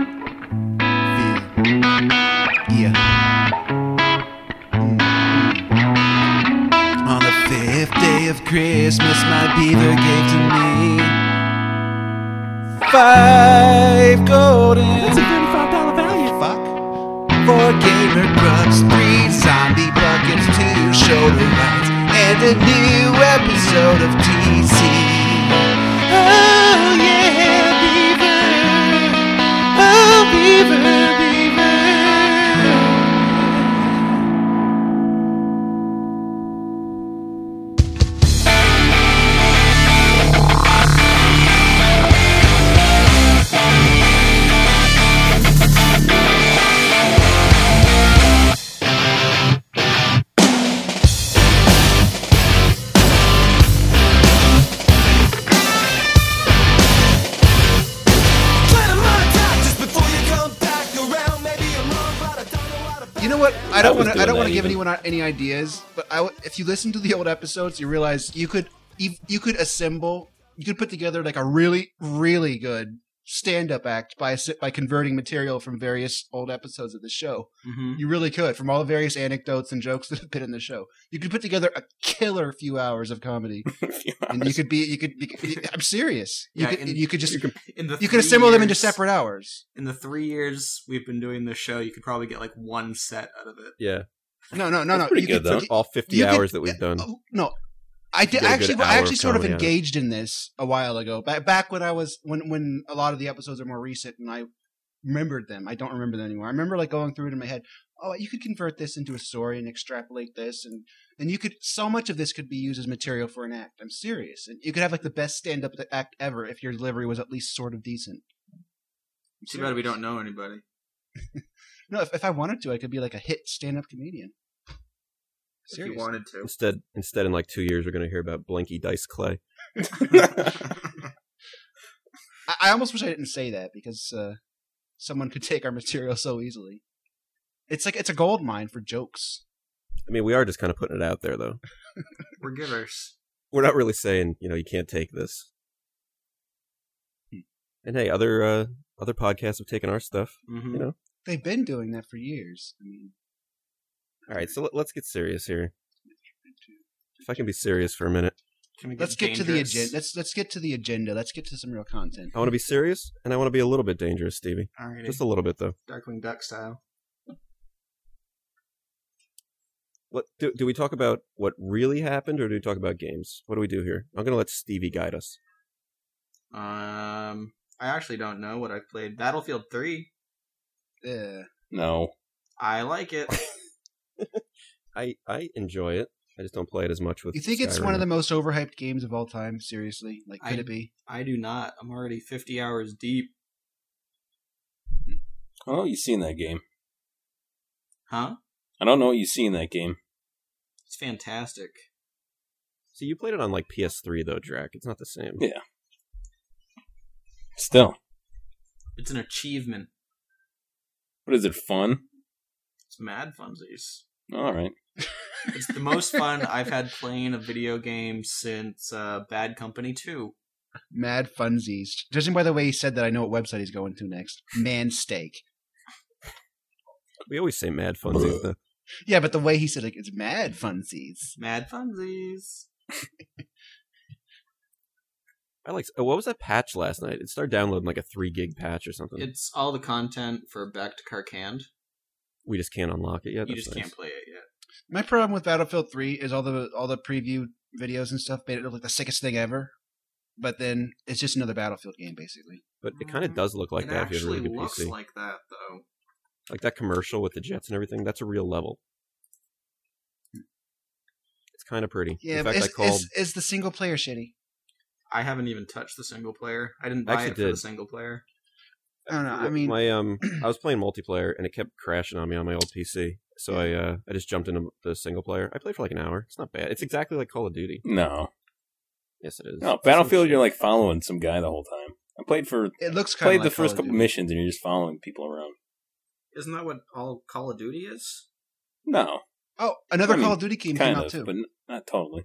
Mm. Christmas my beaver gave to me. Five golden. That's a $35 value. fuck. Four gamer grubs, three zombie buckets, two shoulder lights, and a new episode of TC. Oh yeah, Beaver. Oh Beaver, Beaver. You know what? I don't was want to. I doing don't want that to give even. anyone out any ideas. But I, w- if you listen to the old episodes, you realize you could you, you could assemble, you could put together like a really really good stand-up act by s- by converting material from various old episodes of the show. Mm-hmm. You really could, from all the various anecdotes and jokes that have been in the show. You could put together a killer few hours of comedy, and you could be you could. Be, I'm serious. You Yeah, could and you could just you could, In the three assemble them into years- separate hours. In the three years we've been doing this show, you could probably get like one set out of it. yeah, No, no, no, that's no. pretty you good though. could, All fifty you could- hours that we've done. Oh, no, I did Get a good actually. I hour actually of sort of comedy out of it. engaged in this a while ago. Back back when I was when when a lot of the episodes are more recent, and I remembered them. I don't remember them anymore. I remember like going through it in my head. Oh, you could convert this into a story and extrapolate this, and and you could so much of this could be used as material for an act. I'm serious, and you could have like the best stand up act ever if your delivery was at least sort of decent. I'm Too bad we serious. don't know anybody. No, if, if I wanted to, I could be like a hit stand up comedian. If you Seriously. wanted to. Instead, instead, in like two years, we're going to hear about Blinky Dice Clay. I, I almost wish I didn't say that because uh, someone could take our material so easily. It's like it's a gold mine for jokes. I mean, we are just kind of putting it out there, though. We're givers. We're not really saying, you know, you can't take this. And hey, other uh, other podcasts have taken our stuff. Mm-hmm. You know? They've been doing that for years. I mean, All right, so let, let's get serious here. If I can be serious for a minute, Can we let's get to the dangerous? agenda. Let's let's get to the agenda. Let's get to some real content. I want to be serious, and I want to be a little bit dangerous, Stevie. Alrighty. Just a little bit, though. Darkwing Duck style. What do, do we talk about? What really happened, or do we talk about games? What do we do here? I'm going to let Stevie guide us. Um, I actually don't know what I've played. Battlefield 3. Uh, No. I like it. I I enjoy it. I just don't play it as much with. you think it's one Skyrim. of the most overhyped games of all time? Seriously, like could I- it be? I do not. I'm already 50 hours deep. I don't know what Oh, you see in that game. Huh? I don't know what you see in that game. It's fantastic. So you played it on like PS3 though, Drac. It's not the same. Yeah. Still. It's an achievement. What is it, fun? It's mad funsies. Alright. It's the most fun I've had playing a video game since uh, Bad Company 2. Mad funsies. Judging by the way he said that, I know what website he's going to next. Man steak. We always say mad funsies though. Yeah, but the way he said it, it's mad funsies. Mad funsies. I like. Oh, what was that patch last night? It started downloading like a three gig patch or something. It's all the content for Back to Karkand. we just can't unlock it yet. you That's just nice. can't play it yet. My problem with Battlefield 3 is all the all the preview videos and stuff made it look like the sickest thing ever. But then it's just another Battlefield game, basically. But it kind of does look like Mm-hmm. it that. If you have a actually really good looks PC. Like-, like that, though. that commercial with the jets and everything. That's a real level. It's kind of pretty. Yeah, In fact, is, I called. is, is the single player shitty? I haven't even touched the single player. I didn't buy Actually it for the did. single player. I don't know. I mean, my um, I was playing multiplayer and it kept crashing on me on my old PC. So I uh, I just jumped into the single player. I played for like an hour. It's not bad. It's exactly like Call of Duty. No. Yes, it is. No, Oh, Battlefield you're like following some guy the whole time. I played for it looks kind played of the first couple missions and you're just following people around. Isn't that what all Call of Duty is? No. Oh, another I mean, Call of Duty game came Kind out of, too. but n- not totally.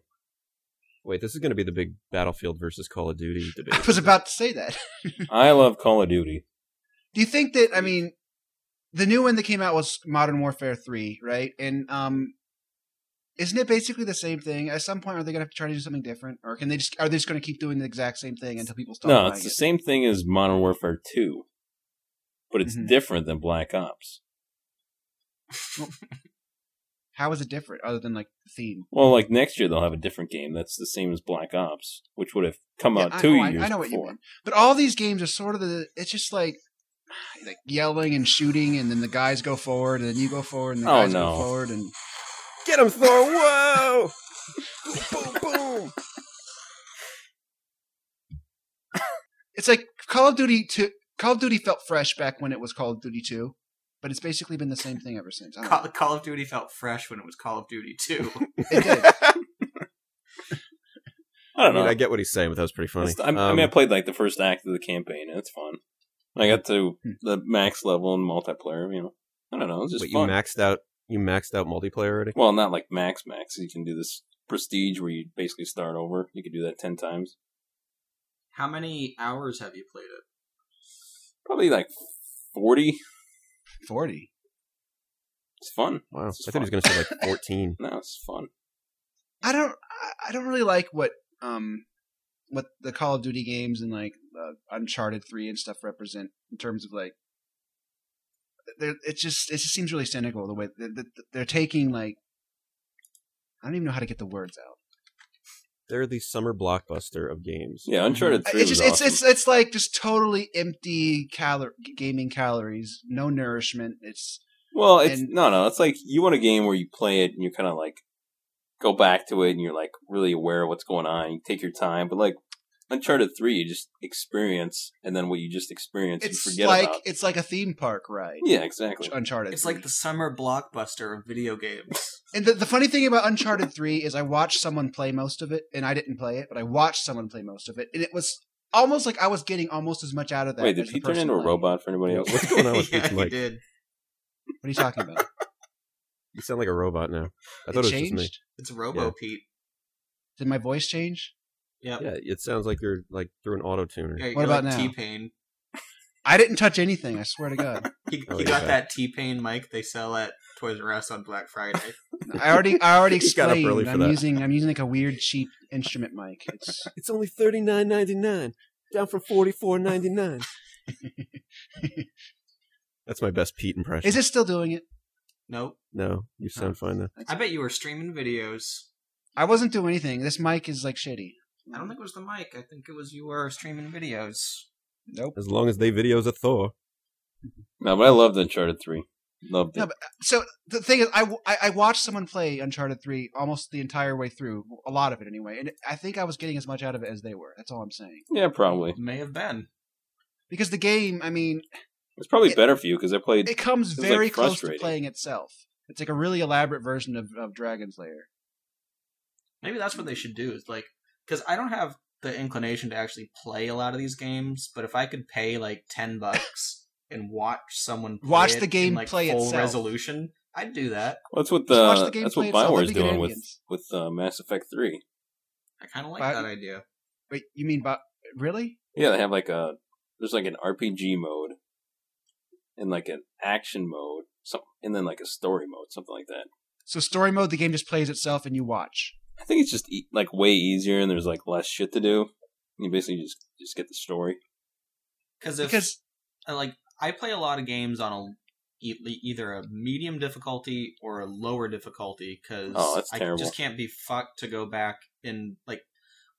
Wait, this is going to be the big Battlefield versus Call of Duty I debate. was about to say that. I love Call of Duty. Do you think that I mean the new one that came out was Modern Warfare 3, right? And um Isn't it basically the same thing? At some point, are they going to have to try to do something different, or can they just are they just going to keep doing the exact same thing until people stop? No, buying it's the it? same thing as Modern Warfare 2, but it's Mhm. different than Black Ops. How is it different other than like the theme? Well, like next year they'll have a different game that's the same as Black Ops, which would have come Yeah, out I- two oh, I- years I know what you before. mean. But all these games are sort of the. It's just like like yelling and shooting, and then the guys go forward, and then you go forward, and the Oh, guys no. go forward, and Get him, Thor! Whoa! boom, boom! it's like Call of Duty Two. Call of Duty felt fresh back when it was Call of Duty Two, but it's basically been the same thing ever since. I don't know. Call, Call of Duty felt fresh when it was Call of Duty 2. It did. I I don't know. mean, I get what he's saying, but that was pretty funny. It's- I, I Um, mean, I played like the first act of the campaign, and it's fun. And I got to Hmm. the max level in multiplayer. You know, I don't know. It's just wait, you fun. maxed out. You maxed out multiplayer already. well, not like max max. You can do this prestige where you basically start over. You can do that ten times. How many hours have you played it? Probably like forty. Forty. It's fun. Wow, It's I thought he was going fun. to say like fourteen. No, it's fun. I don't. I- I don't really like what um what the Call of Duty games and like uh, Uncharted Three and stuff represent in terms of like. they're- It just it just seems really cynical the way that that- that they're taking like. I don't even know how to get the words out. They're the summer blockbuster of games. Yeah, Uncharted Three. It's was just it's awesome. it's it's like just totally empty calor gaming calories, no nourishment. It's Well, it's And- no, no. It's like you want a game where you play it and you kind of like go back to it and you're like really aware of what's going on. You take your time, but like Uncharted Three, you just experience, and then what you just experience, it's you forget like about. it's like a theme park ride. Yeah, exactly. Uncharted. It's like 3. the summer blockbuster of video games. And the, the funny thing about Uncharted 3 is I watched someone play most of it, and I didn't play it, but I watched someone play most of it, and it was almost like I was getting almost as much out of that. Wait, did as the he turn person into a playing. robot for anybody Yeah, else? what's going on with yeah, Pizza you Mike? did. What are you talking about? You sound like a robot now. I it thought it, was changed? just It's Robo Yeah. Pete. Did my voice change? Yep. me. Yeah, it sounds like you're like through an auto tuner. Yeah, What you're about like now? T Pain. I didn't touch anything, I swear to God. He, Oh, he yeah. got that T Pain mic they sell at Toys R Us on Black Friday. I already I already You got up early explained for I'm that. using I'm using like a weird cheap instrument mic. It's It's only thirty nine ninety nine, down from forty four ninety nine. That's my best Pete impression. Is it still doing it? nope. No, you sound fine now. I bet you were streaming videos. I wasn't doing anything. This mic is like shitty. I don't think it was the mic. I think it was you were streaming videos. Nope. As long as they videos a Thor. No, but I loved Uncharted Three. Loved it. No, So the thing is, I, w- I- I watched someone play Uncharted Three almost the entire way through, a lot of it anyway, and I think I was getting as much out of it as they were. That's all I'm saying. yeah, probably. May have been. Because the game, I mean, It's probably It- better for you because I played. it comes It's, like, very close to frustrating. playing itself. It's like a really elaborate version of, of Dragon's Lair. Maybe that's what they should do. Is like because I don't have the inclination to actually play a lot of these games, but if I could pay like ten bucks and watch someone play Watch it the game in, like, play full itself. resolution, I'd do that. well, that's what Just watch the, the game that's play what itself. Bioware's That'd be good doing uh, with ambience. with uh, Mass Effect Three. I kind of like But- that idea. Wait, you mean Bi- really? Yeah, they have like a there's like an RPG mode and like an action mode, some and then like a story mode, something like that. So story mode, the game just plays itself and you watch. I think it's just e- like way easier and there's like less shit to do. You basically just just get the story. Cause if, because I like I play a lot of games on a e- either a medium difficulty or a lower difficulty because Oh, that's I terrible. just can't be fucked to go back and like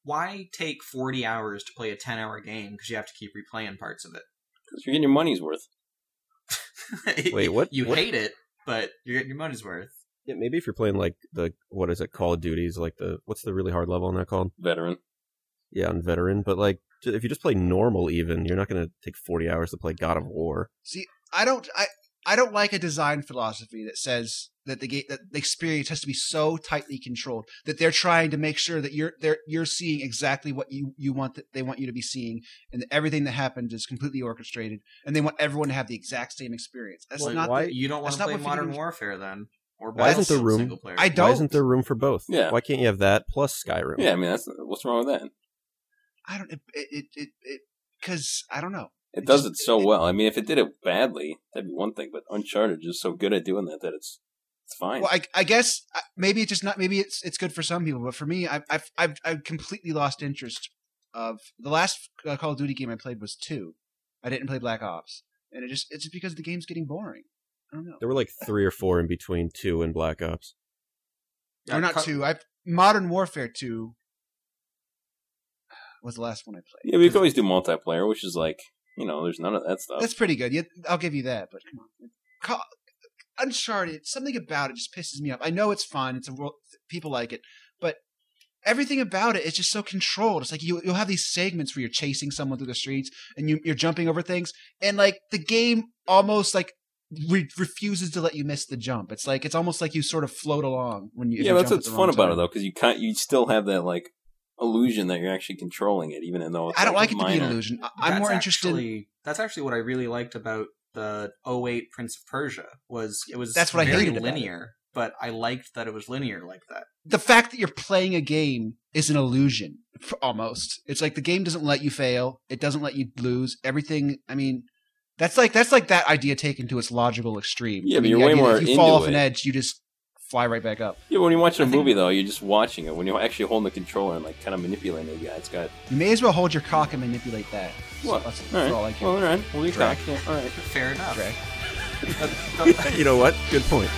why take 40 hours to play a 10 hour game because you have to keep replaying parts of Cuz you're getting your money's worth. it Wait, what- you what- hate it but you're getting your money's worth Yeah, maybe if you're playing like the what is it, Call of Duties, like the what's the really hard level on that called? Veteran. Yeah, on veteran, but like j- if you just play normal even, you're not gonna take forty hours to play God of War. I don't I I don't like a design philosophy that says that the game that the experience has to be so tightly controlled that they're trying to make sure that you're they're you're seeing exactly what you you want that they want you to be seeing and that everything that happens is completely orchestrated and they want everyone to have the exact same experience. That's Like, not why- the, you don't That's want to not play what video modern games- warfare then or Why isn't Battlefield the room- single player I Why don't. isn't there room for both? Yeah. Why can't you have that plus Skyrim? Yeah, I mean that's what's wrong with that? I don't it it it, it cuz I don't know. It does it so well. I mean if it did it badly, that'd be one thing, but Uncharted is just so good at doing that that it's It's fine. Well, I, I guess uh, maybe it's just not. Maybe it's it's good for some people, but for me, I've I've I've, I've completely lost interest. Of the last uh, Call of Duty game I played was two. I didn't play Black Ops, and it just it's just because the game's getting boring. I don't know. There were like three or four in between two and Black Ops. Or not Cut- two. I Modern Warfare two was the last one I played. yeah, we could always do multiplayer, which is like you know, there's none of that stuff. That's pretty good. Yeah, I'll give you that. But come on, Call, Uncharted. Something about it just pisses me off. I know it's fun. It's a world. People like it, but everything about it is just so controlled. It's like you you'll have these segments where you're chasing someone through the streets and you you're jumping over things, and like the game almost like. Re- refuses to let you miss the jump. It's like it's almost like you sort of float along when you. if yeah, you that's jump at what's the fun wrong about it time. though, because you can't, you still have that like illusion that you're actually controlling it, even though it's, I don't like it to minor. be an illusion. I- I'm That's more interested. in Actually, that's actually what I really liked about the 08 Prince of Persia was it was That's what I very hated about it. linear, but I liked that it was linear like that. the fact that you're playing a game is an illusion f- almost it's like the game doesn't let you fail it doesn't let you lose everything i mean that's like that's like that idea taken to its logical extreme I Yeah, but mean, you're the way idea that more if you fall into off an it. edge you just fly right back up Yeah, but when you're watching a I think- movie though, you're just watching it. When you're actually holding the controller and like kind of manipulating it, yeah, it's got. you may as well hold your cock and manipulate that So Well, that's, that's all right. all i care Well, all right, we'll do Drag. cock. Yeah, all right. Fair enough. Drag. The- the- you know what? Good point.